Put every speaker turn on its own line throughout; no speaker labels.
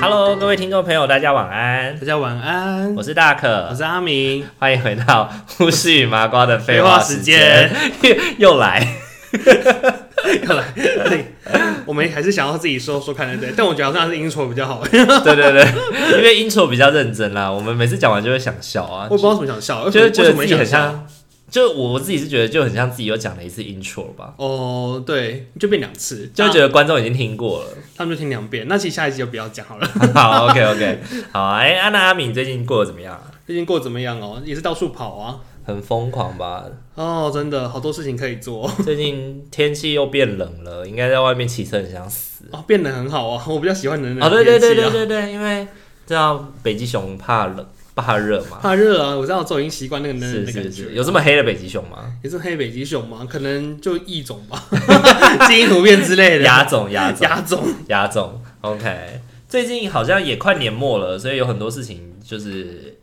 Hello，各位听众朋友，大家晚安，
大家晚安，
我是大
我
可，
是阿明。
欢迎回 到巫师与麻瓜的废话时间， 又来。
看来我们还是想要自己说说看，对不对？但我觉得好像还是 intro 比较好，我 也
对对对，因为 intro 比较认真啦，我们每次讲完就会想笑啊，
不知道为什么想笑，
就是觉
为
得
什么
自
没
己
想
很
笑？
像，就我自己是觉得就很像自己又讲了一次 intro 吧，
哦，对，就变两次，
就
那
觉得观众已经听过了。
他们就听两遍。那其实下一集就不要讲好了。
好，OK OK，好，哎，安娜阿敏最近过得怎么样啊？
最近过得怎么样哦？也是到处跑啊。
很疯狂吧？
哦，真的好多事情可以做
最近天气又变冷了，应该在外面骑车很想死。
哦，变得很好啊，我比较喜欢冷
哦，
冷的
对对
天气
对
啊。
对对对，因为知道北极熊怕冷怕热嘛，
怕热啊，我知道我早已经习惯那个冷冷
是
的感
是
觉。
是，有这么黑的北极熊吗？
也是黑北极熊吗？可能就异种吧， 基因突变之类的。
牙种牙种
牙种，
牙种，OK。最近好像也快年末了，所以有很多事情就是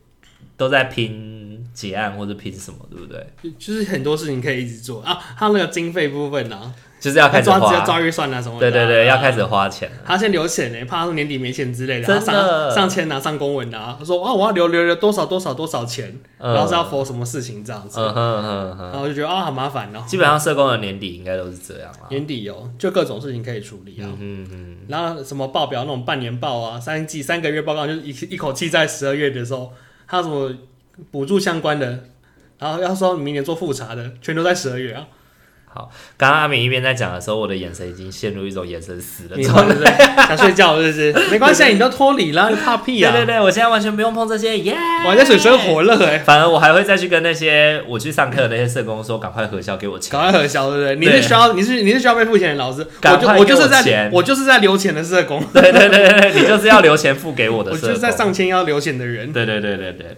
都在拼结案或者拼什么，对不对？
就是很多事情可以一直做啊。还有那个经费部分啊，
就是要开始
抓只要
花，
抓预算啊什么的
对
啊。
对对，要开始花钱。
他先留钱呢、怕说年底没钱之类的，
真的
上上千啊，上公文啊，他说啊我要留留留多少多少多少钱，
嗯
然后是要 for 什么事情这样子，
嗯哼嗯哼
然后就觉得啊好麻烦哦、
基本上社工的年底应该都是这样啦。
年底哦，就各种事情可以处理啊，
嗯哼嗯
然后什么报表那种半年报啊、三季、三个月报告，就是一一口气在十二月的时候，还有什么补助相关的，然后要说明年做复查的，全都在十二月啊。
哼。刚刚阿敏一边在讲的时候，我的眼神已经陷入一种眼神死的
你
状
说对不对？想睡觉是不 是？没关系啊，你都脱离了，你怕屁
对
啊！
对对，我现在完全不用碰这些，耶！
我还在水深。火热哎、
反而我还会再去跟那些我去上课的那些社工说，赶快核销给我钱
赶。快核销，对不对？你
对
是需要，你是你是需要被付钱的老师，我
赶
就
快
我就
给我
是在
钱
我就是在留钱的社工，
对对对对，对你就是要留钱付给我的
我
社
就
工。
是在上千要留钱的人，
对对对对对。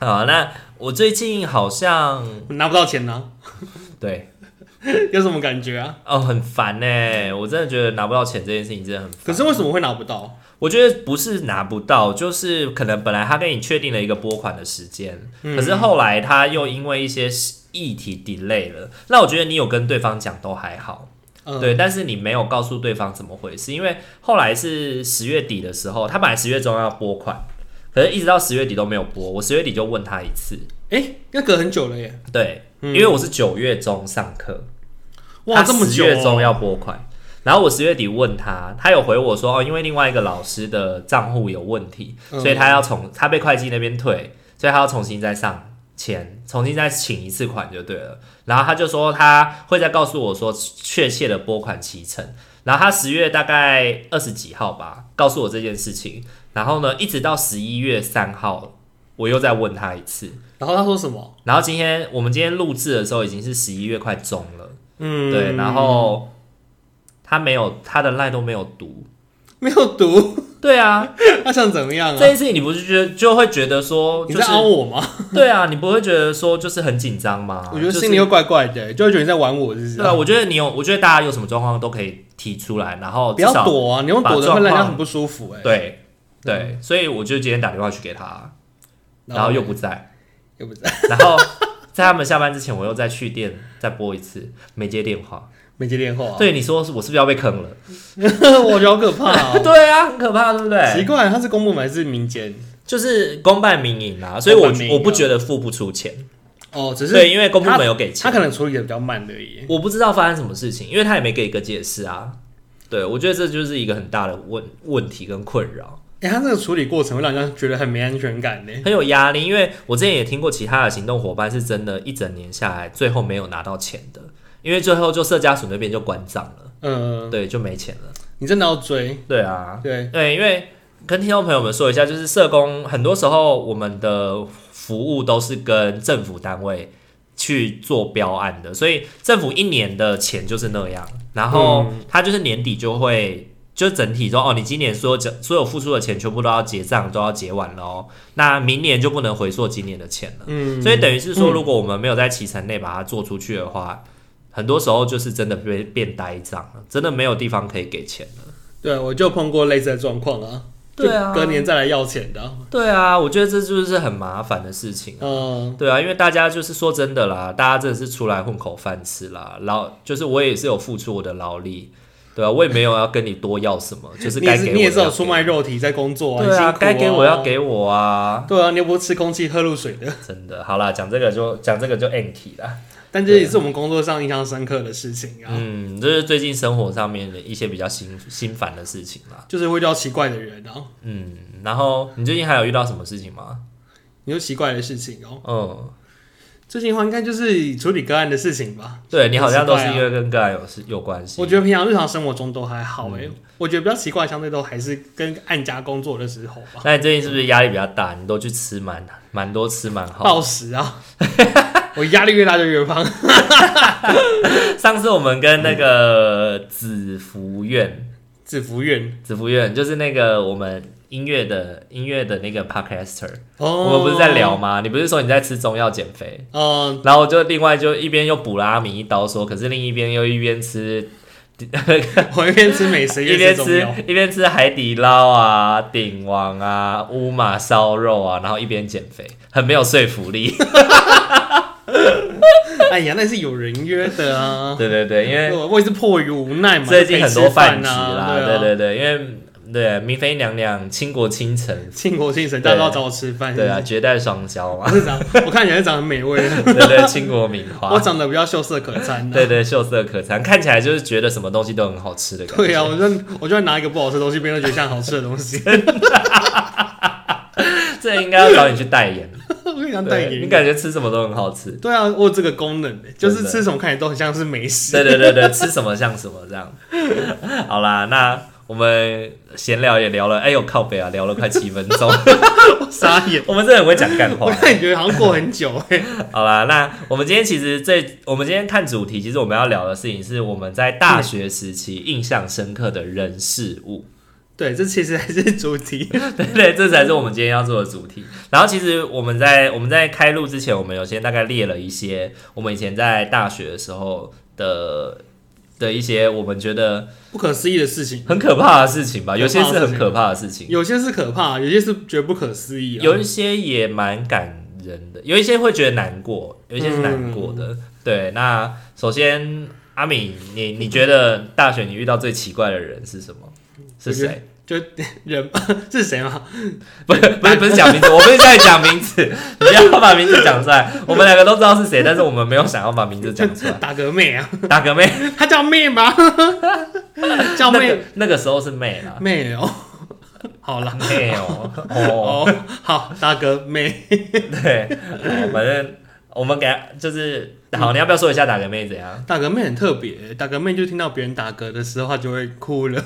好，那我最近好像
我拿不到钱呢、
对
有什么感觉啊？
哦很烦呢、我真的觉得拿不到钱这件事情真的很烦。
可是为什么会拿不到？
我觉得不是拿不到，就是可能本来他跟你确定了一个拨款的时间，
嗯
可是后来他又因为一些议题 delay 了。那我觉得你有跟对方讲都还好，
嗯
对，但是你没有告诉对方怎么回事，因为后来是十月底的时候，他本来十月中要拨款，可是一直到十月底都没有拨。我十月底就问他一次，
哎、要隔很久了耶，
对，
嗯
因为我是九月中上课，
哇，
他
这么
10
久、
月中
哦，
要拨款。然后我十月底问他，他有回我说哦，因为另外一个老师的账户有问题，
嗯
所以他要从他被会计那边退，所以他要重新再上钱，重新再请一次款就对了。然后他就说他会再告诉我说确切的拨款期程。然后他十月大概二十几号吧，告诉我这件事情。然后呢，一直到十一月三号，我又再问他一次。
然后他说什么？
然后今天我们今天录制的时候已经是十一月快中了。
嗯，
对，然后他没有他的赖都没有读。
没有读，
对啊，
他想怎么样
这
啊？
件事情你不是觉得就会觉得说，
你
就
在
是
凹我吗？
对啊，你不会觉得说就是很紧张吗？
我觉
就
得
是
心里又怪怪的耶，就会觉得你在玩我，是不是
对啊，？我觉得你有，我觉得大家有什么状况都可以提出来，然后
不
至
要
少
躲啊，你用躲的
把
会
状
让人家
况
很不舒服哎。
对对，所以我就今天打电话去给他，嗯然后又不 在，
又不在，
然后在他们下班之前我又再去店再拨一次，没接电话。
没接电话啊，
对，你说我是不是要被坑了？
我觉得好可怕 哦。
对啊，很可怕，对不对？
奇怪，他是公部门还是民间？
就是公办民营啊，所以我
公办民营啊
我不觉得付不出钱，
哦，只是
对，因为公部门有给
他
钱，
可能处理的比较慢而已。
我不知道发生什么事情，因为他也没给一个解释啊。对，我觉得这就是一个很大的问问题跟困扰，
哎，他这个处理过程会让人家觉得很没安全感呢。
很有压力。因为我之前也听过其他的行动伙伴是真的，一整年下来最后没有拿到钱的，因为最后就社家属那边就关账了，
嗯，
对，就没钱了。
你真的要追？
对啊，
对，
对，因为跟听众朋友们说一下，就是社工很多时候我们的服务都是跟政府单位去做标案
嗯
的，所以政府一年的钱就是那样，然后它就是年底就会就整体说，哦，你今年所有缴所有付出的钱全部都要结账，都要结完了哦。那明年就不能回溯今年的钱了。
嗯，
所以等于是说，如果我们没有在期程内把它做出去的话，很多时候就是真的被变呆账了，真的没有地方可以给钱了。
对我就碰过类似的状况啊，
对啊
就隔年再来要钱的啊、
对啊，我觉得这就是很麻烦的事情啊。
嗯，
对啊，因为大家就是说真的啦，大家真的是出来混口饭吃啦，劳就是我也是有付出我的劳力，对啊，我也没有要跟你多要什么， 就是
你也
该
是
给我
你也是
的要
有出
给
卖肉体在工作啊，
对啊，
很辛苦
该给我要，给我啊，
对啊，你又不是吃空气喝露水的，
真的。好啦，讲这个就讲这个就 anti 啦。
但
啊
这也是我们工作上印象深刻的事情啊，
嗯，这是最近生活上面的一些比较心心烦的事情啦。
就是会遇到奇怪的人啊，
嗯，然后你最近还有遇到什么事情吗？
你说奇怪的事情哦，
嗯，
最近的话应该就是处理个案的事情吧，
对你好像都
很
是
奇
因
怪啊
为跟个案有事有关系。
我觉得平常日常生活中都还好
嗯
诶、我觉得比较奇怪，相对都还是跟按家工作的时候吧，
那你最近是不是压力比较大？你都去吃蛮蛮多吃蛮好的。
暴 食啊，我压力越大就越胖，
上次我们跟那个子福院，
制服院
子福院就是那个我们音乐的音乐的那个 podcaster，、
哦，
我们不是在聊吗？你不是说你在吃中药减肥？
嗯，
然后我就另外就一边又补了阿明一刀说，可是另一边又一边吃，
我一哦边吃美 食
一
边
边
吃中
吃
药，
一边吃海底捞啊、鼎王啊、乌马烧肉啊，然后一边减肥，很没有说服力。
哎呀，那是有人约的啊。
对对对，因为
我我也是迫于无奈嘛，
最近很多饭
饭
局啦，
啊，
对
对啊，
对对，因为对明妃娘娘倾国倾城，
庆国庆神大家都要找我吃饭，
对啊，，绝代双骄嘛
我，是长，我看起来是长得很美味 的，
对对，倾国名
我
花，
长得比较秀色可餐啊的，
对对，秀色可餐，看起来就是觉得什么东西都很好吃的感觉。
对啊，我就我就会拿一个不好吃的东西，别人就觉得像好吃的 东西，
这应该要找你去代 言，
我跟你讲代
对你
言，
感觉吃什么都很好吃。
对啊，我有这个功能的，就是
真的
吃什么看起来都很像是美食，
对对对 对，吃什么像什么这样。好啦，那我们闲聊也聊了，哎呦靠北啊，聊了快七分 钟，
傻眼，
我们真的很会讲干
我
话。
看你觉得好像过很久哎，
好啦，那我们今天其实最，我们今天看主题，其实我们要聊的事情是我们在大学时期印象深刻的人事物。
对，这其实还是主题，
对对，这才是我们今天要做的主题。然后其实我们在我们在开录之前，我们有先大概列了一些我们以前在大学的时候的的一些我们觉得
不可思议的事情，
很可怕的事情吧，有些是很
可
可怕的事情，
有些是可怕，有些是觉得不可思议啊，
有一些也蛮感人的，有一些会觉得难过，有一些是难过的。对，那首先阿敏，你你觉得大学你遇到最奇怪的人是什么？是
我觉
谁？
人 是谁吗？
不是不是不是讲名字，我不是在讲名字，你不要把名字讲出来。我们两个都知道是谁，但是我们没有想要把名字讲出来。
打嗝妹啊，
大哥妹，
她叫 妹吗？叫
那
妹
个那个时候是妹啦，
妹哦。 好啦，
妹哦哦，
哦，好，大哥妹，
对，哦反正我们给他就是好，你要不要说一下打嗝妹怎样？
大哥妹很特别，大哥妹就听到别人打嗝的时候，她就会哭了，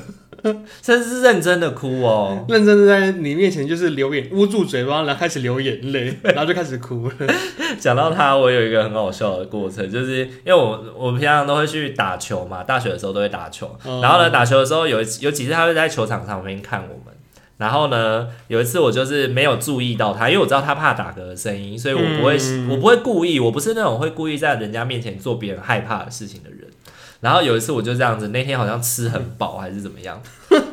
甚至是认真的哭哦。
认真的在你面前就是流眼，捂住嘴巴，然后开始流 眼泪，然后就开始哭了。
讲到他，我有一个很好笑的过程，就是因为我我平常都会去打球嘛，大学的时候都会打球。
嗯
然后呢，打球的时候有一次有几次他会在球场上面看我们。然后呢，有一次我就是没有注意到他，因为我知道他怕打嗝的声音，所以我不会、
嗯
我不会故意，我不是那种会故意在人家面前做别人害怕的事情的人。然后有一次我就这样子，那天好像吃很饱还是怎么样，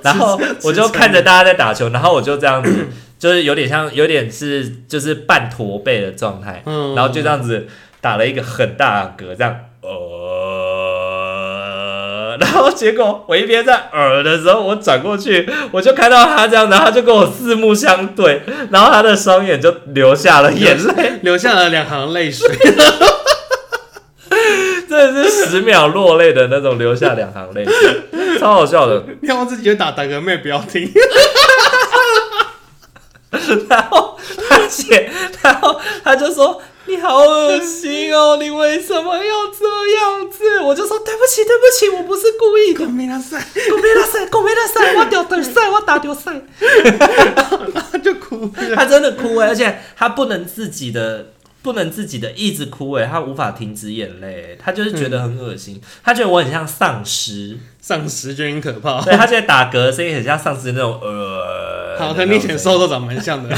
然后我就看着大家在打球，然后我就这样子，就是有点像有点是就是半驼背的状态，
嗯，
然后就这样子打了一个很大的嗝，这样呃， 然后结果我一边在呃的时候，我转过去，我就看到他这样，然后他就跟我四目相对，然后他的双眼就流下了眼泪，
流下了两行泪水。
真的是十秒落泪的那种，流下两行泪水，超好笑的。
你看我自己就打大哥妹，不要听。
然后他姐，然后他就说。你好恶心哦！你为什么要这样子？我就说对不起，对不起，我不是故意的。
ごめんなさい
ごめんなさい，ごめんな さい，我丢丢赛，我打丢赛。
然后就哭了。
欸他真的哭哎、而且他不能自己的不能自己的一直哭、欸，哎，他无法停止眼泪、欸，他就是觉得很恶心，他觉得我很像丧尸，
丧尸就很可怕。
对他觉得打嗝的声音很像丧尸那种呃，
好，
那
跟
种
你以前
声音
瘦都长蛮像 的。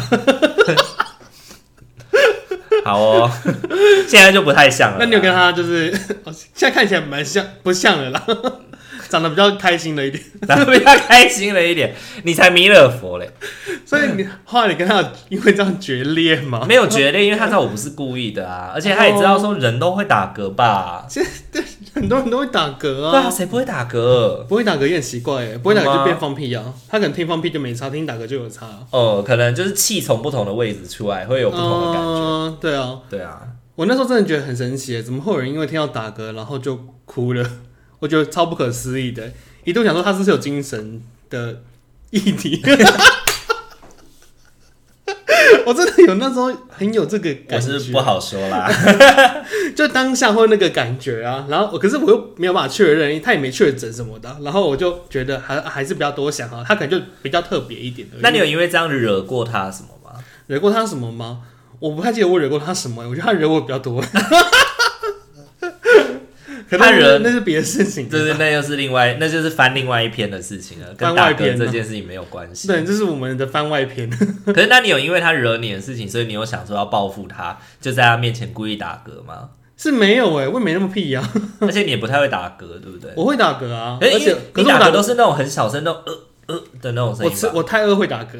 好哦， 现在就不太像了啦。
那你有跟他就是， 哦现在看起来蛮像，不像了啦， 长得比较开心了一点。
咱们要开心了一点，你才弥勒佛嘞，
所以你后来你跟他有因为这样决裂吗？
嗯没有决裂，因为他知道我不是故意的啊，而且他也知道说人都会打嗝
哦
吧？
很多人都会打嗝
对啊，
啊，
谁不会打嗝？
不会打嗝也很奇怪哎，不会打嗝
吗
就变放屁啊。他可能听放屁就没差，听打嗝就有差，
哦，可能就是气从不同的位置出来，会有不同的感觉。
嗯对啊，
对啊，
我那时候真的觉得很神奇欸耶，怎么会有人因为听到打嗝然后就哭了？ 我觉得超不可思议的，一度想说他是不是有精神的 议题。 我真的有那时候很有这个
我
感觉，
是不好说啦。
就当下会有那个感觉啊。然后我可是我又没有办法确认，他也没确诊什么的啊。然后我就觉得还还是不要多想啊，他可能就比较特别一点而已。
那你有因为这样惹过他什么 吗？
惹过他什么吗？我不太记得我惹过他什么，我觉得他惹我比较多。 可能
他惹
那是别的事情，啊
对对，那又是另外，那就是翻另外一篇的事情了，跟
翻
打
外篇
嗝
啊
这件事情没有关系。
对，这是我们的番外篇。
可是那你有因为他惹你的事情，所以你有想说要报复他，就在他面前故意打嗝 吗？
是没有哎、我也没那么屁呀、啊，
而且你也不太会打嗝，对不对？
我会打嗝啊，
可是
而
因
且
为
可
哎你
是我
打
打
嗝都是那种很小声，那种呃呃的那种声
我
音
吃
吧。
我太饿会打嗝，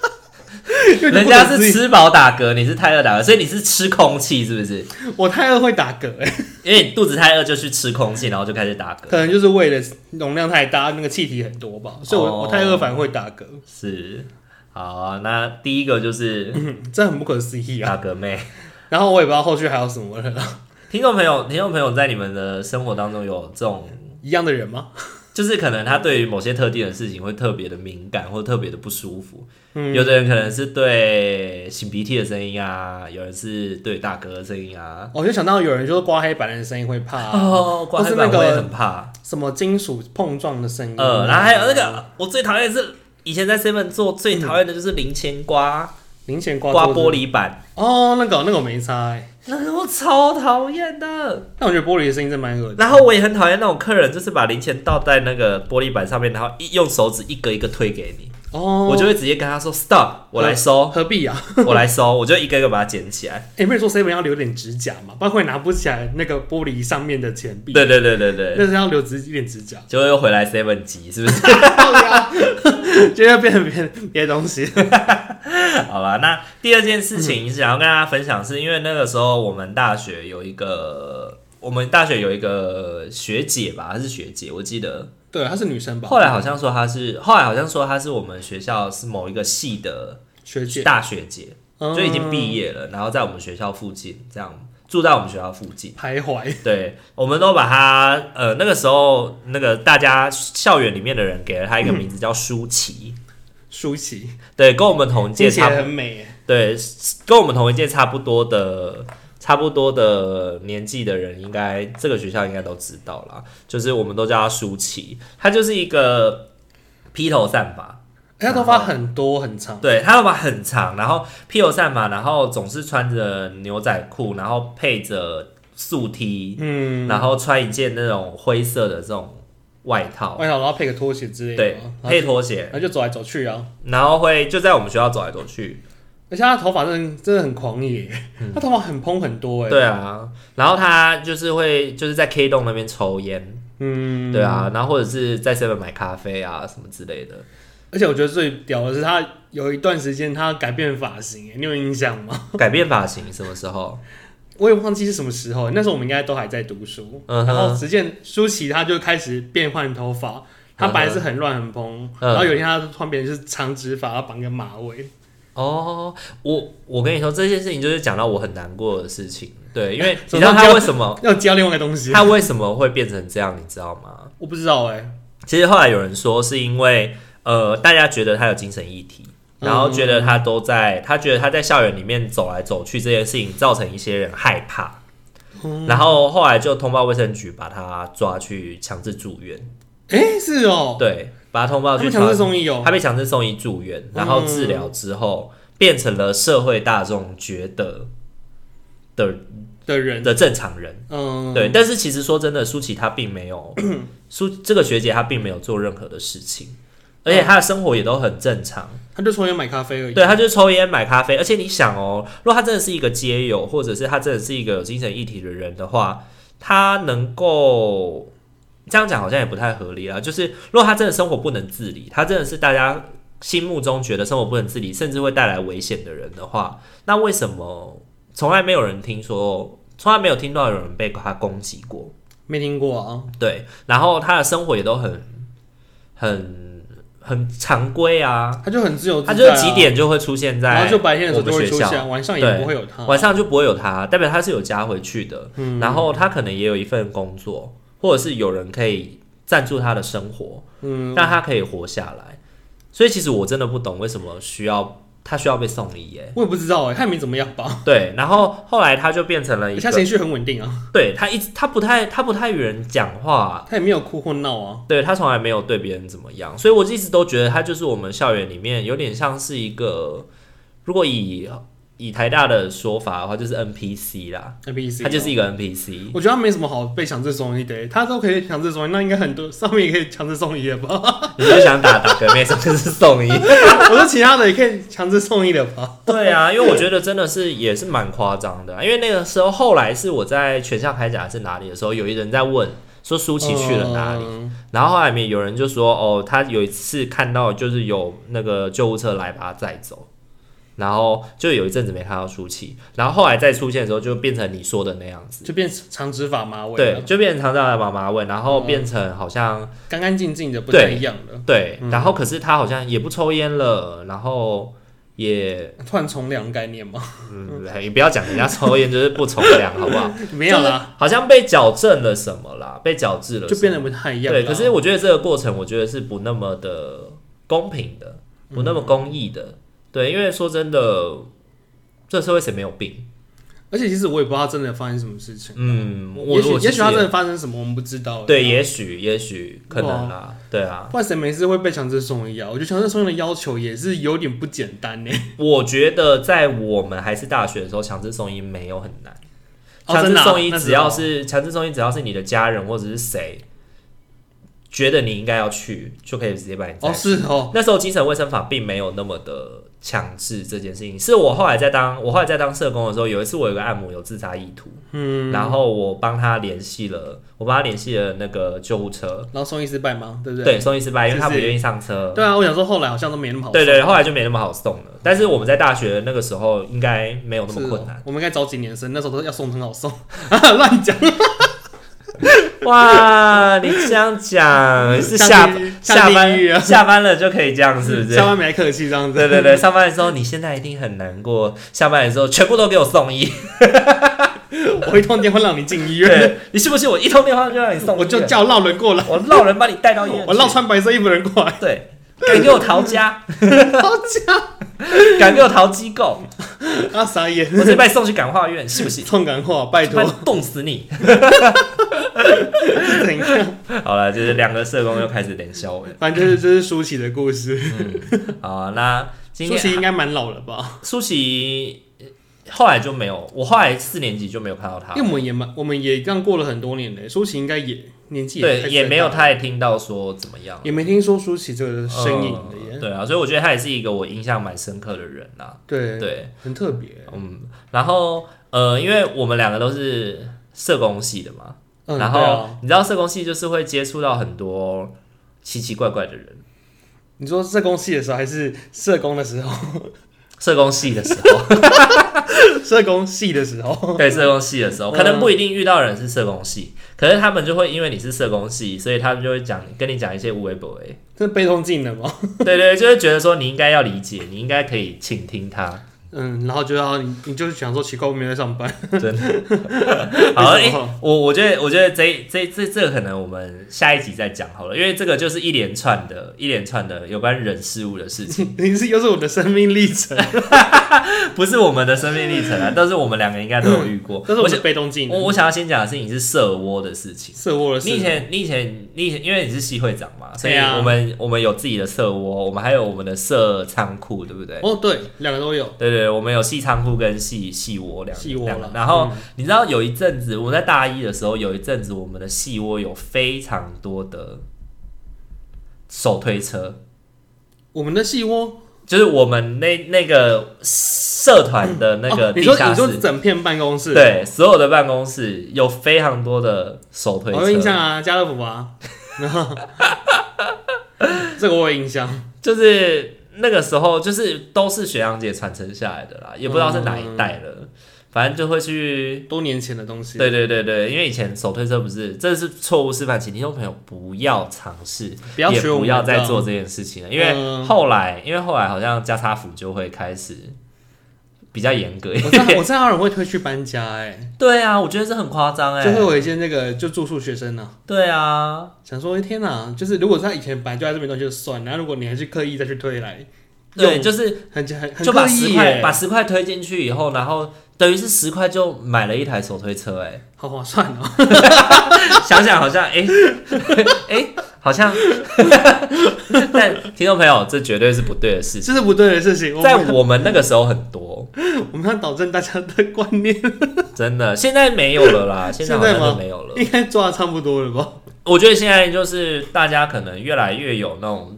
因为
人家
不可思
是
议
吃饱打嗝，你是太饿打嗝，所以你是吃空气是不是？
我太饿会打嗝、欸，
因为你肚子太饿就去吃空气，然后就开始打嗝。
可能就是为了容量太大，那个气体很多吧，所以我、
哦
我太饿反而会打嗝，
是，好，啊那第一个就是
嗯，这很不可思议啊。
打嗝妹。
然后我也不知道后续还有什么了，
听众朋友，听众朋友在你们的生活当中有这种，
一样的人吗？
就是可能他对于某些特定的事情会特别的敏感，或特别的不舒服。
嗯
有的人可能是对擤鼻涕的声音啊，有人是对打嗝的声音啊。
我就想到有人就是刮黑板的声音会怕、
哦，刮
或是
黑板
那个
我也很怕。
什么金属碰撞的声音、啊
呃，然后还有那
嗯
个，我最讨厌的是以前在 seven 做最讨厌的就是零钱刮
零钱嗯刮
刮
桌子
玻璃板，
哦，那个那个我没擦、欸，
那个我超讨厌的。
但我觉得玻璃的声音真蛮恶的。
然后我也很讨厌那种客人，就是把零钱倒在那个玻璃板上面，然后一用手指一个一个推给你，
哦，
我就会直接跟他说 stop，我来 收，
何必啊？
我来收，我就一个一个把它捡起 来。
哎、不是说 seven 要留点指甲嘛，不然会拿不起来那个玻璃上面的钱币。，
对对对对对，，
但是要留指一点指甲
就又回来 seven 级，是不是？
就要 变成别别的东西。
好吧，那第二件事
嗯
情想要跟大家分享，是因为那个时候我们大学有一个，我们大学有一个学姐吧，她是学姐，我记得
对，她是女生吧？
后来好像说她是，后来好像说她是我们学校是某一个系的
学姐哦
大学姐，就已经
业、
毕业了，然后在我们学校附近这样住在我们学校附近。
徘徊。
对，我们都把她呃那个时候那个大家校园里面的人给了她一个
嗯
名字叫舒淇，
舒淇，
对，跟我们同届
听起
差不
来很美耶。
对，跟我们同一届差不多的、差不多的年纪的人，应该这个学校应该都知道啦。就是我们都叫她舒淇，她就是一个披头散发，
哎她头发很多很长，
对，她头发很长，然后披头散发，然后总是穿着牛仔裤，然后配着素 T，
嗯，
然后穿一件那种灰色的这种外套，
外套，然后哦配个拖鞋之类
哦对
的嘛，，然后
配拖鞋，
然后就走来走去啊。
然后会就在我们学校走来走去，
而且她的头发真的真的很狂野，她头发很蓬很多哎。
嗯对啊，然后他就是会就是在 K 栋那边抽烟，
嗯，
对啊，然后或者是在 seven 买咖啡啊什么之类的。
而且我觉得最屌的是，她有一段时间她改变发型耶，哎你有印象吗？
改变发型什么时候？
我也忘记是什么时候，那时候我们应该都还在读书。
嗯哼
然后只见舒淇她就开始变换头发，她
嗯哼
本来是很乱很蓬，
嗯
然后有一天她突然变成是长直发，然后绑个马尾。
哦，我我跟你说这件事情就是讲到我很难过的事情，对，因 为
怎
你
么
知道
这
他
样
为什么
要教另外一个东西，
他为什么会变成这样，你知道吗？
我不知道哎、
其实后来有人说是因为呃，大家觉得他有精神议题。
嗯
然后觉得他都在，他觉得他在校园里面走来走去这件事情，造成一些人害怕，
嗯
然后后来就通报卫生局，把他抓去强制住院。
哎、是哦、
对，把他通报
他
去
们强制送医哦、
他被强制送医住院，然后治疗之后变成了社会大众觉得的
的人，
的正常人。
嗯，
对，但是其实说真的，舒淇她并没有舒这个学姐她并没有做任何的事情，而且她的生活也都很正常。
他就抽烟买咖啡而已。
对，她就是抽烟买咖啡，而且你想哦，如果她真的是一个街友，或者是她真的是一个有精神议题的人的话，她能够这样讲好像也不太合理啦。就是如果她真的生活不能自理，她真的是大家心目中觉得生活不能自理，甚至会带来危险的人的话，那为什么从来没有人听说，从来没有听到有人被她攻击过？
没听过啊，
对，然后他的生活也都很很很常规啊，
他就很自由自在、
他
啊，
就是几，点就会出现在，
然后就白天的时候就会
我
出
们学校
现，晚上
对
也不会有他。
晚上就不会有他，代表他是有家回去的，
嗯
然后他可能也有一份工作，或者是有人可以赞助他的生活，
嗯，
让他可以活下来。所以其实我真的不懂为什么需要他需要被送离耶。
我也不知道哎、欸，他也没怎么样吧？
对，然后后来他就变成了一
他
个，
情绪很稳定啊，
对他一直他不太他不太与人讲话、啊
他也没有哭或闹啊。
对他从来没有对别人怎么样，所以我一直都觉得他就是我们校园里面有点像是一个，如果以以台大的说法的话，就是 NPC 啦，
那意思，
他就是一个 NPC。
我觉得他没什么好被强制送医的欸，他都可以强制送医，那应该很多上面也可以强制送医了吧？
你就想打打嗝，没事，就是送医。
我说其他的也可以强制送医了吧？
对啊，因为我觉得真的是也是蛮夸张的啊，因为那个时候后来是我在全校开讲是哪里的时候，有一人在问说舒淇去了哪里，
嗯
然后后来面有人就说，哦，他有一次看到就是有那个救护车来把他载走，然后就有一阵子没看到舒淇，然后后来再出现的时候就变成你说的那样子，
就变长直发马尾
对，
了，
就变成长长的妈妈问，然后变成好像、
干干净净的，不太
对
一样了。
对，然
嗯
后可是他好像也不抽烟了，然后也
突然从良概 念吗？
嗯，你不要讲人家抽烟就是不从良，好 不好？
没有啦，
就是好像被矫正了什么啦，被矫治了什么，
就变得不太一样了。
对，可是我觉得这个过程，我觉得是不那么的公平的，
嗯
不那么公义的。对，因为说真的，这社会谁没有病？
而且其实我也不知道他真的发生什么事情。
嗯，我
也许
我其
也许
实
他
也
真的发嗯生什么，我们不知道。
对，
你知道吗
也许也许可能啦，对啊，
不然谁没事会被强制送医啊？我觉得强制送医的要求也是有点不简单呢。
我觉得在我们还是大学的时候，强制送医没有很难。
哦
强
真
制
的啊
送医
那时
只要
候
是强制送医，只要是你的家人或者是谁觉得你应该要去，就可以直接把你载
哦，是哦，
那时候精神卫生法并没有那么的强制这件事情，是我后来在当我后来在当社工的时候，有一次我有个按摩有自杀意图，
嗯，
然后我帮他联系了，我帮他联系了那个救护车，
然后送医失败吗？对不对？
对，送医失败，因为他
就
不
是
愿意上车，
对啊，我想说后来好像都没那么好送。
对对，后来就没那么好送了。但是我们在大学那个时候应该没有那么
是哦
困难，
我们应该早几年生，那时候都要送很好送， 乱讲。哦
哇，你这样讲是下
像地狱
下
像地狱啊
班下班了就可以这样，是不是
下？班没客气这样子。
对对对，上班的时候你现在一定很难过，下班的时候全部都给我送医。
我一通电话让你进医院，
对，你信不信我一通电话就让你送医院？
我就叫闹人过来，
我绕人把你带到医院去，
我闹穿白色衣服的人过来。
对，敢给我逃家，
好假
敢给我逃机构，
啊，傻眼，
我直接把你送去感化院，信不信？
痛感化，拜
把
托
你，冻死你！
怎样？
好了，就是两个社工又开始冷笑我了。
反正就是这是舒淇的故事。
好啊，那今
舒
天
淇应该蛮老了吧？
舒淇呃后来就没有，我后来四年级就没有看到他
因，为我们也蛮，我们也这样过了很多年嘞。舒淇应该也年纪
对，
开始
也没有
大了，
太听到说怎么样。
也没听说舒淇这个身影的
嗯
耶。
对啊，所以我觉得他也是一个我印象蛮深刻的人啦。
对，
对，
很特别。
嗯，然后呃，因为我们两个都是社工系的嘛，
嗯，
然
对
后、
啊
你知道社工系就是会接触到很多奇奇怪怪的人。
你说社工系的时候还是社工的时候？
社工系的时候，
社工系的时候，
对社工系的时候，可
嗯
能不一定遇到的人是社工系，可是他们就会因为你是社工系，所以他们就会讲跟你讲一些无为不为，
这被动技能吗？
对对，就会觉得说你应该要理解，你应该可以倾听他，
嗯，然后就要你，你就是想说奇怪，我没有在上班，
真的。好，哎、
为什么
我我觉得，我觉得这这这这个可能我们下一集再讲好了，因为这个就是一连串的、一连串的有关人事物的事 情，
你是又是我的生命历程，
哦不是我们的生命历程啊，但是我们两个应该都有遇 过。
但是
我
我
想
是被动技
我
能，
我想要先讲的事情是色窝的事情。
是我的
你以
事。
前，你以前，你以前，因为你是系会长嘛，所以
对啊
我们、我们有自己的色窝，我们还有我们的社仓库，对不对？
哦，对，两个都有，
对对，对对，我们有细仓库跟细细窝两
细窝
两
了。
然后、
嗯
你知道有一阵子我在大一的时候，有一阵子我们的细窝有非常多的手推车，
我们的细窝，
就是我们那那个社团的那个
哦、你
地
说
下
你
室，
说整片办公室，，
对，所有的办公室有非常多的手推
我有印象
车，
啊，家乐福 啊，然后这个我有印象，
就是那个时候就是都是学长姐传承下来的啦，也不知道是哪一代了，反正就会去
多年前的东西，
对对对对，因为以前手推车不是，这是错误示范，请听众朋友不要尝试，
不要
也
学我
不
们
要
的
再做这件事情了，因
嗯
为后来，因为后来好像加差服就会开始比较严格一
我知道
点。
我知道有人会推去搬家、欸，
对啊，我觉得这很夸张
哎，
哎
就。会有一些那个就住宿学生呢、
对啊，
想说哎天哪，就是如果他以前本来就在这边东西就算，然后如果你还是刻意再去推来，
对，
用
就是
很很很
就把
刻
十
意欸
块
耶、
把十块推进去以后，然后等于是十块就买了一台手推车哎、
好划算哦、
想想好像哎哎、好像， 但听众朋友这绝对 是不对的事情。
这是不对的事情，我
在
们
我们那个时候很多，
我们要导正大家的观 念，
真的，现在没有了啦，现在好像
现在吗
就没有了。
应该抓的差不多了吧？
我觉得现在就是大家可能越来越有那种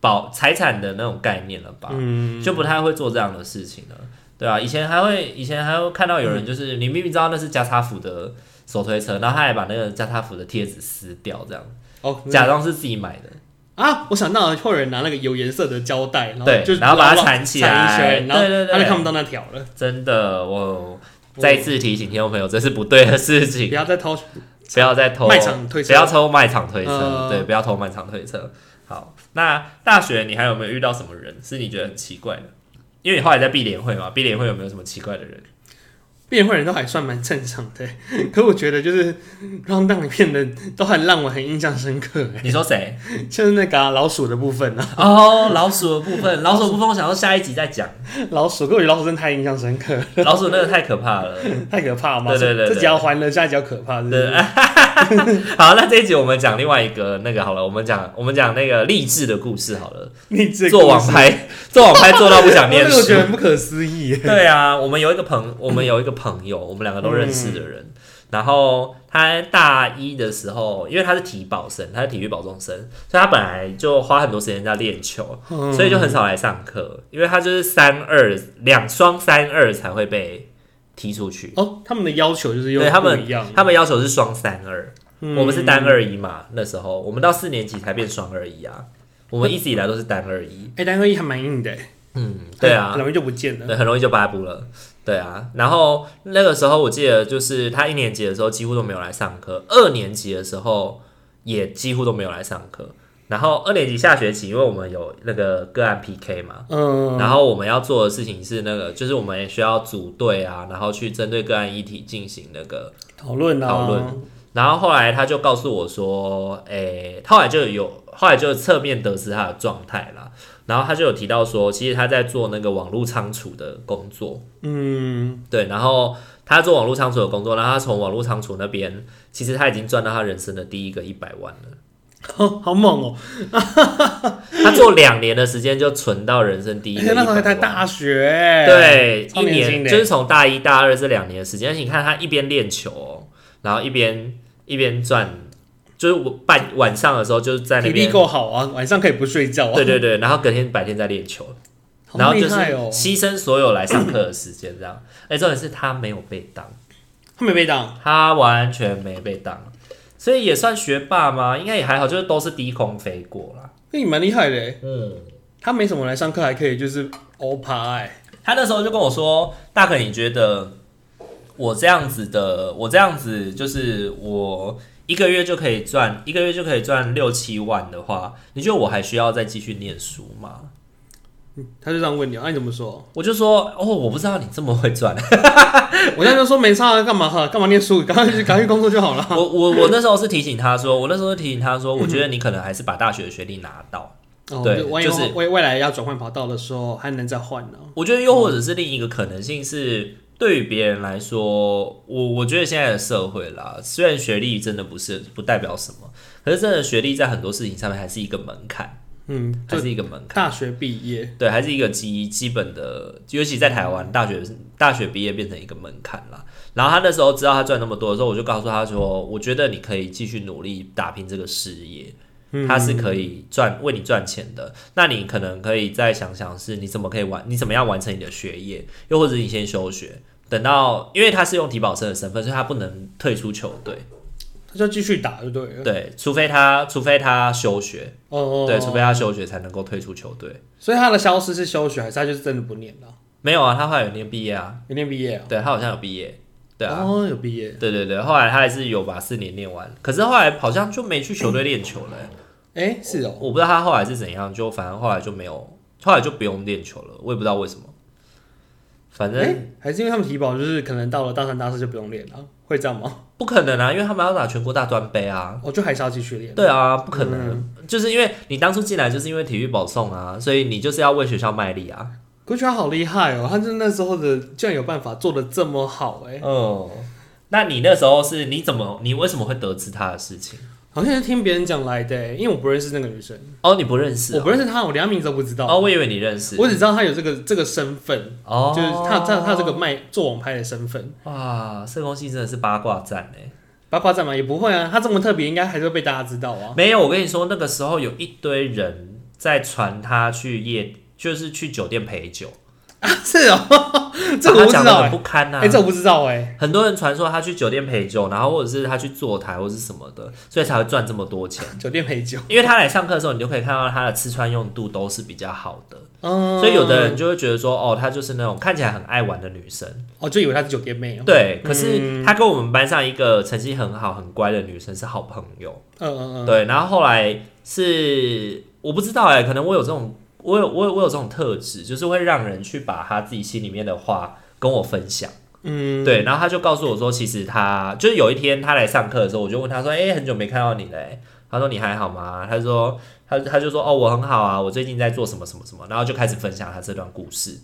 保财产的那种概念了吧，
嗯，
就不太会做这样的事情了，对啊，以前还会，以前还会看到有人就是、你明明知道那是加差福的手推车，然后他还把那个加差福的贴纸撕掉，这样
哦，
假装是自己买的，
啊，我想到了，会有人拿那个有颜色的胶带，然后
对
就
然后把它
绕
缠起
缠一
来
圈，然后
对对对
他就看不到那条了，
真的，我再次提醒听众朋友，这是不对的事情
不。要再掏
不要再偷
卖场推车
不要偷卖场推车，
嗯
对，不要偷卖场推车。好，那大学你还有没有遇到什么人是你觉得很奇怪的？因为你后来在毕联会嘛，毕联会有没有什么奇怪的人？
辩会人都还算蛮正常的， 可我觉得就是让当里面的都很让我很印象深刻，欸
你说谁？
就是那个啊、老鼠的部分啊，
哦，老鼠的部分，老鼠的部分，我想到下一集再讲。
老鼠，可我觉得老鼠真的太印象深刻，
老鼠那个太可怕 了。
太可怕了嘛。
对对对对
这集要欢乐，下一集要可怕，是不
对哎
是？
好，那这一集我们讲另外一个那个好了，我们讲我们讲那个励志的故事好了。
你这
做网啊拍，做网拍做到不想念
我
书
觉得。很不可思议 耶。
对啊，我们有一个朋，我们有一个朋友，我们两个都认识的人。然后他大一的时候，因为他是体保生，他是体育保重生，所以他本来就花很多时间在练球，所以就很少来上课。因为他就是三二两双三二才会被踢出去，
哦，他们的要求就是又
对他
不
们
一样，
他们要求是双三二，
嗯
我们是单二一嘛。那时候我们到四年级才变双二一啊，我们一直以来都是单二一。
哎，单个一还蛮硬的耶，
嗯，对啊，
很容易就不见了。
对，很容易就巴布了。对啊，然后那个时候我记得，就是他一年级的时候几乎都没有来上课，二年级的时候也几乎都没有来上课。然后二年级下学期，因为我们有那个个案 PK 嘛，
嗯，
然后我们要做的事情是那个，就是我们也需要组队啊，然后去针对个案议题进行那个
讨论啊，
讨论，然后后来他就告诉我说，诶、他后来就有，后来就侧面得知他的状态啦。然后他就有提到说，其实他在做那个网络仓储的工作，
嗯，
对，然后他做网络仓储的工作，然后他从网络仓储那边，其实他已经赚到他人生的第一个一百万了。
哦好猛哦！
他做两年的时间就存到人生第一个100
而且 那时候还
万
在大学耶，
对，
哎超
一
年轻
年
的
就是从大一大二这两年的时间，而且你看他一边练球哦、然后一边一边赚，就是我半晚上的时候就是在那
体力
边，
够好啊，晚上可以不睡觉啊，
对对对，然后隔天白天在练球，
好
然后
厉
就是
害哦，
牺牲所有来上课的时间这样。哎，重点是他没有被当，
他没被挡，
他完全没被当，所以也算学霸吗？应该也还好，就是都是低空飞过啦。
那你蛮厉害的耶。
嗯，
他没什么来上课，还可以就是欧趴哎，
他那时候就跟我说：“大可，你觉得我这样子的，我这样子就是我一个月就可以赚，一个月就可以赚六七万的话，你觉得我还需要再继续念书吗
他就这样问你，啊你怎 么说？”？
我就说：“哦，我不知道你这么会赚。”
我现在就说没上啊，干嘛哈？干嘛念书？赶快去 赶快去工作就好了。
我我我那时候是提醒他说，我那时候是提醒他说，我觉得你可能还是把大学的学历拿到。
哦，
对
万一
就是
未未来要转换跑道的时候，还能再换呢。
我觉得又或者是另一个可能性是，对于别人来说，我我觉得现在的社会啦，虽然学历真的不是不代表什么，可是真的学历在很多事情上面还是一个门槛。
嗯，
还
就是
一个门槛。
大学毕业，
对，还是一个基基本的，尤其在台湾，大学大学毕业变成一个门槛啦。然后他那时候知道他赚那么多的时候，我就告诉他说，我觉得你可以继续努力打拼这个事业，
嗯，
他是可以赚为你赚钱的。那你可能可以再想想，是你怎么可以完，你怎么样完成你的学业，又或者你先休学，等到因为他是用体保生的身份，所以他不能退出球队，
他就继续打就对了。
对，除非他除非他休学，
哦嗯哦，哦
对，除非他休学才能够退出球队。
所以他的消失是休学，还是他就是真的不念了？
没有啊，他后来有念毕业啊。
有念毕业啊？
对他好像有毕业，对啊，
哦，有毕业。
对对对，后来他还是有把四年练完，可是后来好像就没去球队练球了欸、
哎，是哦，
我不知道他后来是怎样，就反正后来就没有，后来就不用练球了，我也不知道为什么，反正
哎，还是因为他们体保就是可能到了大三大四就不用练了，会这样吗？哦
不可能啊，因为他们要打全国大专杯啊。
我就还是要继续练。
对啊，不可能，
嗯
就是因为你当初进来就是因为体育保送啊，所以你就是要为学校卖力啊。
我觉得他好厉害哦，他就是那时候的居然有办法做的这么好哎，
嗯，那你那时候是你怎么，你为什么会得知他的事情？
好像是听别人讲来的欸，因为我不认识那个女生，
哦，你不认识
我
哦、
不认识她，我连她名字都不知道，
哦，我以为你认识。
我只知道她有这个这个身份，
哦，
就是她她她这个卖做网拍的身份。
哇，社工系真的是八卦战哎！
八卦战嘛也不会啊，她这么特别，应该还是会被大家知道啊。
没有，我跟你说，那个时候有一堆人在传他去夜，就是去酒店陪酒，
啊，是哦， 这
把
个我不
他
知
讲
道
的
哎、
很啊不堪呐、
哎、这我不知道哎、
很多人传说他去酒店陪酒，然后或者是他去坐台或是什么的，所以才会赚这么多钱。
酒店陪酒，
因为他来上课的时候，你就可以看到他的吃穿用度都是比较好的，
嗯，
所以有的人就会觉得说，哦，她就是那种看起来很爱玩的女生。
哦就以为她是酒店妹哦，
对，可是
嗯
她跟我们班上一个成绩很好、很乖的女生是好朋友。
嗯嗯嗯，
对，然后后来是我不知道哎、可能我有这种，我有我有我有这种特质，就是会让人去把他自己心里面的话跟我分享。
嗯，
对，然后他就告诉我说，其实他就是有一天他来上课的时候，我就问他说：“哎、很久没看到你嘞、他说：“你还好吗？”他说：“他他就说哦，我很好啊，我最近在做什么什么什么。”然后就开始分享他这段故事。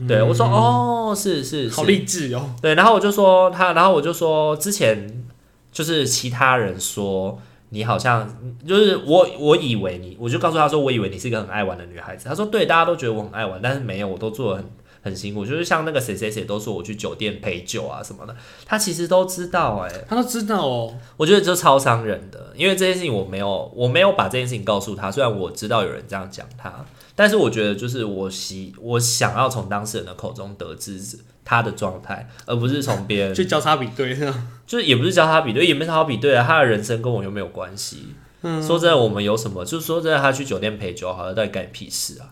嗯
对，我说：“哦，是是是，
好励志哦，
对，然后我就说他，然后我就说之前就是其他人说你好像就是我，我以为你，我就告诉他说我以为你是一个很爱玩的女孩子。他说对，大家都觉得我很爱玩，但是没有，我都做的很很辛苦。就是像那个谁谁谁都说我去酒店陪酒啊什么的，他其实都知道哎、
她都知道哦，
我觉得这超伤人的，因为这件事情我没有，我没有把这件事情告诉他。虽然我知道有人这样讲他，但是我觉得就是我希我想要从当事人的口中得知他的状态，而不是从别人
去交叉比对，
就是也不是教他比对，也没教他比对啊，他的人生跟我又没有关系。
嗯
说真的，我们有什么？就是说真的，他去酒店陪酒好了，到底干你屁事啊？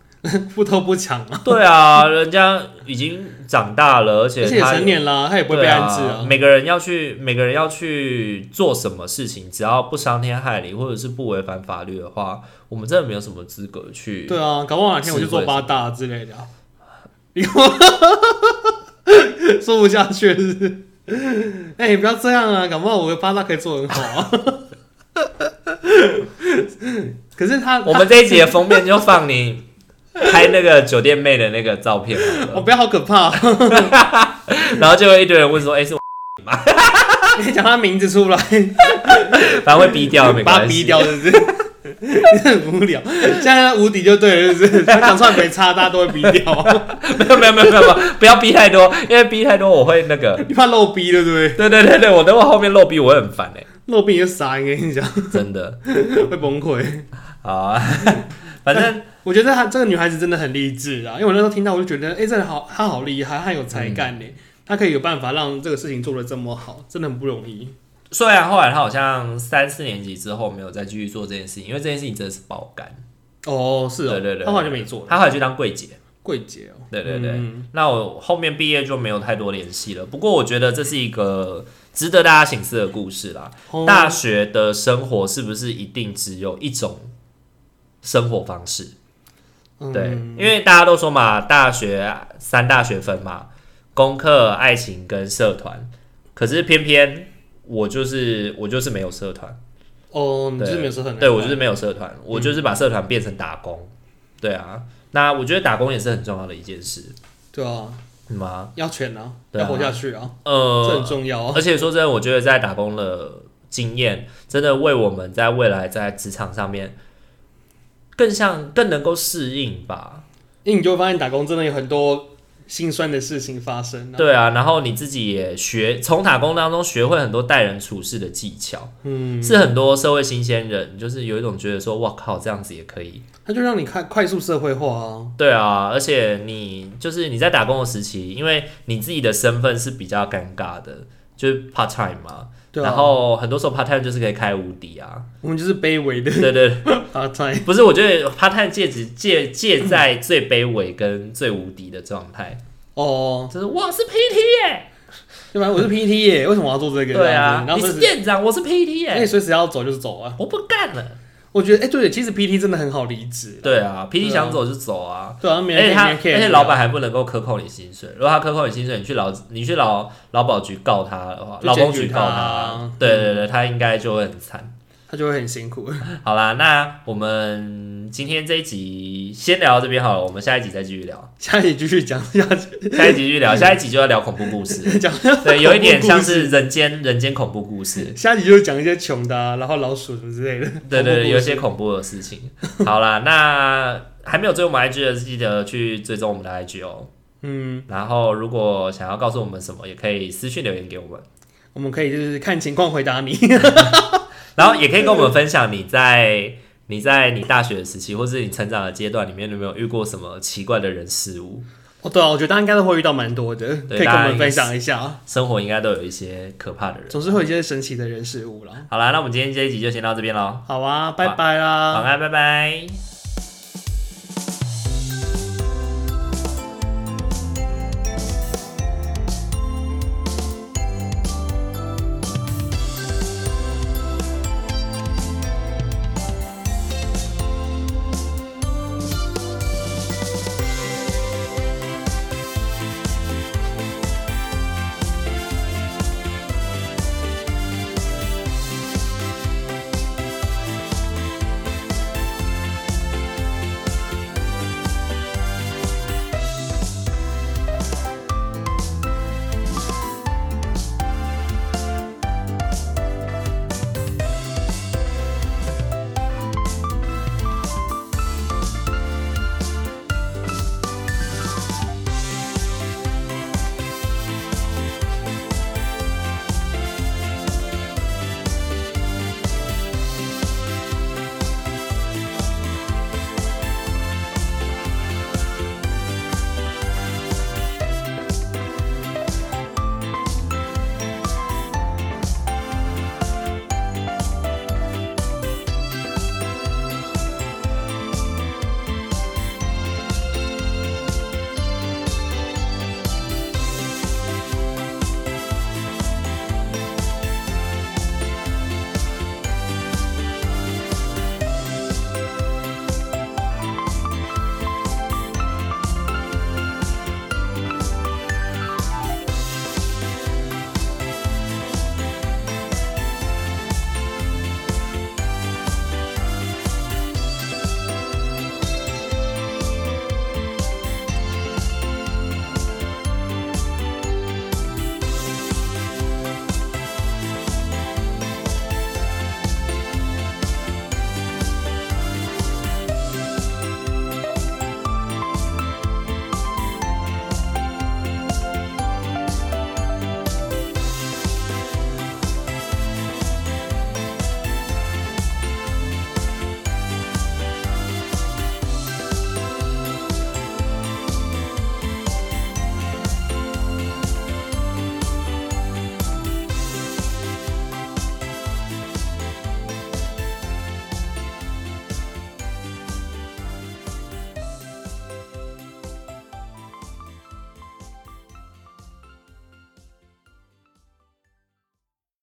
不偷不抢啊，
对啊，人家已经长大了，而且
而且也
他
成年啦，她也不会被
对
安置
啊。每个人要去，每个人要去做什么事情，只要不伤天害理，或者是不违反法律的话，我们真的没有什么资格去。
对啊，搞不好哪天我就做
智慧
八大之类的、啊， 你说不下去是不是？哎、你不要这样啊！搞不好我的八大可以做得很好啊。 可是他，
我们这一集的封面就放你拍那个酒店妹的那个照片好
我
了，
哦不要好可怕、啊
然后就会一堆人问说：“哎、是我
你讲他名字 出来，
反正会逼掉，没
把他
关系。”
逼掉，是不是？ 你很无聊，现在无敌就对了，是不是？他讲出来没差，大家都会逼掉啊，
没有没有没有没有，没有不要逼太多，因为逼太多我会那个。
你怕漏逼对不对？
对对对对，我等会后面漏逼我会很烦哎、
漏逼你就傻，你跟你讲
真的。
会崩溃。
好啊， 反正
我觉得她这个女孩子真的很励志啊，因为我那时候听到我就觉得，哎、这人好，她好厉害，她很有才干呢、
嗯
她可以有办法让这个事情做得这么好，真的很不容易。
虽然后来他好像三四年级之后没有再继续做这件事情，因为这件事情真的是爆肝，
哦，是哦，
对对对
她后来就没做了。
他后来去当柜姐。
柜姐哦，
对对对，
嗯
那我后面毕业就没有太多联系了。不过我觉得这是一个值得大家醒思的故事啦。
哦
大学的生活是不是一定只有一种生活方式？
嗯
对，因为大家都说嘛，大学三大学分嘛，功课、爱情跟社团。可是偏偏我就是我就是没有社团，
哦，你
对
就是没有说很
对我就是没有社团，我就是把社团变成打工。对啊，那我觉得打工也是很重要的一件事，
对啊，
嗯吗？
要钱啊，
对啊
要活下去啊，这
呃
很，重要啊。
而且说真的，我觉得在打工的经验，真的为我们在未来在职场上面更像更能够适应吧。
因为你就会发现打工真的有很多心酸的事情发生、啊。
对啊，然后你自己也学从打工当中学会很多待人处事的技巧，嗯，是很多社会新鲜人就是有一种觉得说，哇靠，这样子也可以。
它就让你看快速社会化啊。
对啊，而且你就是你在打工的时期，因为你自己的身份是比较尴尬的，就是 part time 嘛，
对啊，
然后很多时候 part time 就是可以开无敌啊，
我们就是卑微的
对对
part time。
不是，我觉得 part time 戒指戒戒在最卑微跟最无敌的状态，
哦，
就是我是 PT 耶、
对吧？我是 PT 耶，为什么我要做这个？
对啊，
然后
你
随
是
时，
店长，我是 PT 耶、
那你随时要走就是走啊。
我不干了。
我觉得，哎、对，其实 PT 真的很好离职。
对啊
对
，PT
啊
想走就走啊。
对啊，没
而且
人
他，
没
而
人 care 啊
且老板还不能够克扣你薪水。如果他克扣你薪水，你去劳你去劳劳保局告他的话，
就
劳工
检
局
举
告
他
他，对对对，他应该就会很惨。
他就会很辛苦。
好啦，那我们今天这一集先聊到这边好了，我们下一集再继续 聊，
下一集继续讲下去，
下一集继续聊，下一集就要聊恐怖故事，
讲
对，有一点像
恐怖
是人间人间恐怖故事
故，事下一集就是讲一些穷的、啊，然后老鼠什么之类的。
对对
恐怖故
对，
事
有一些恐怖的事 情。好啦，那还没有追我们 IG 的，记得去追踪我们的 IG 哦。
嗯，
然后如果想要告诉我们什么，也可以私信留言给我们，
我们可以就是看情况回答你。
然后也可以跟我们分享你在你在你大学的时期，或是你成长的阶段里面，你有没有遇过什么奇怪的人事物？
哦，对啊，我觉得大家应该都会遇到蛮多的，可
对
以跟
大
我
家
们分享一下，啊
生活应该都有一些可怕的人。
总是会有一些神奇的人事物啦。
好啦，那我们今天这一集就先到这边喽，啊
好啊，拜拜啦，
晚安，拜拜。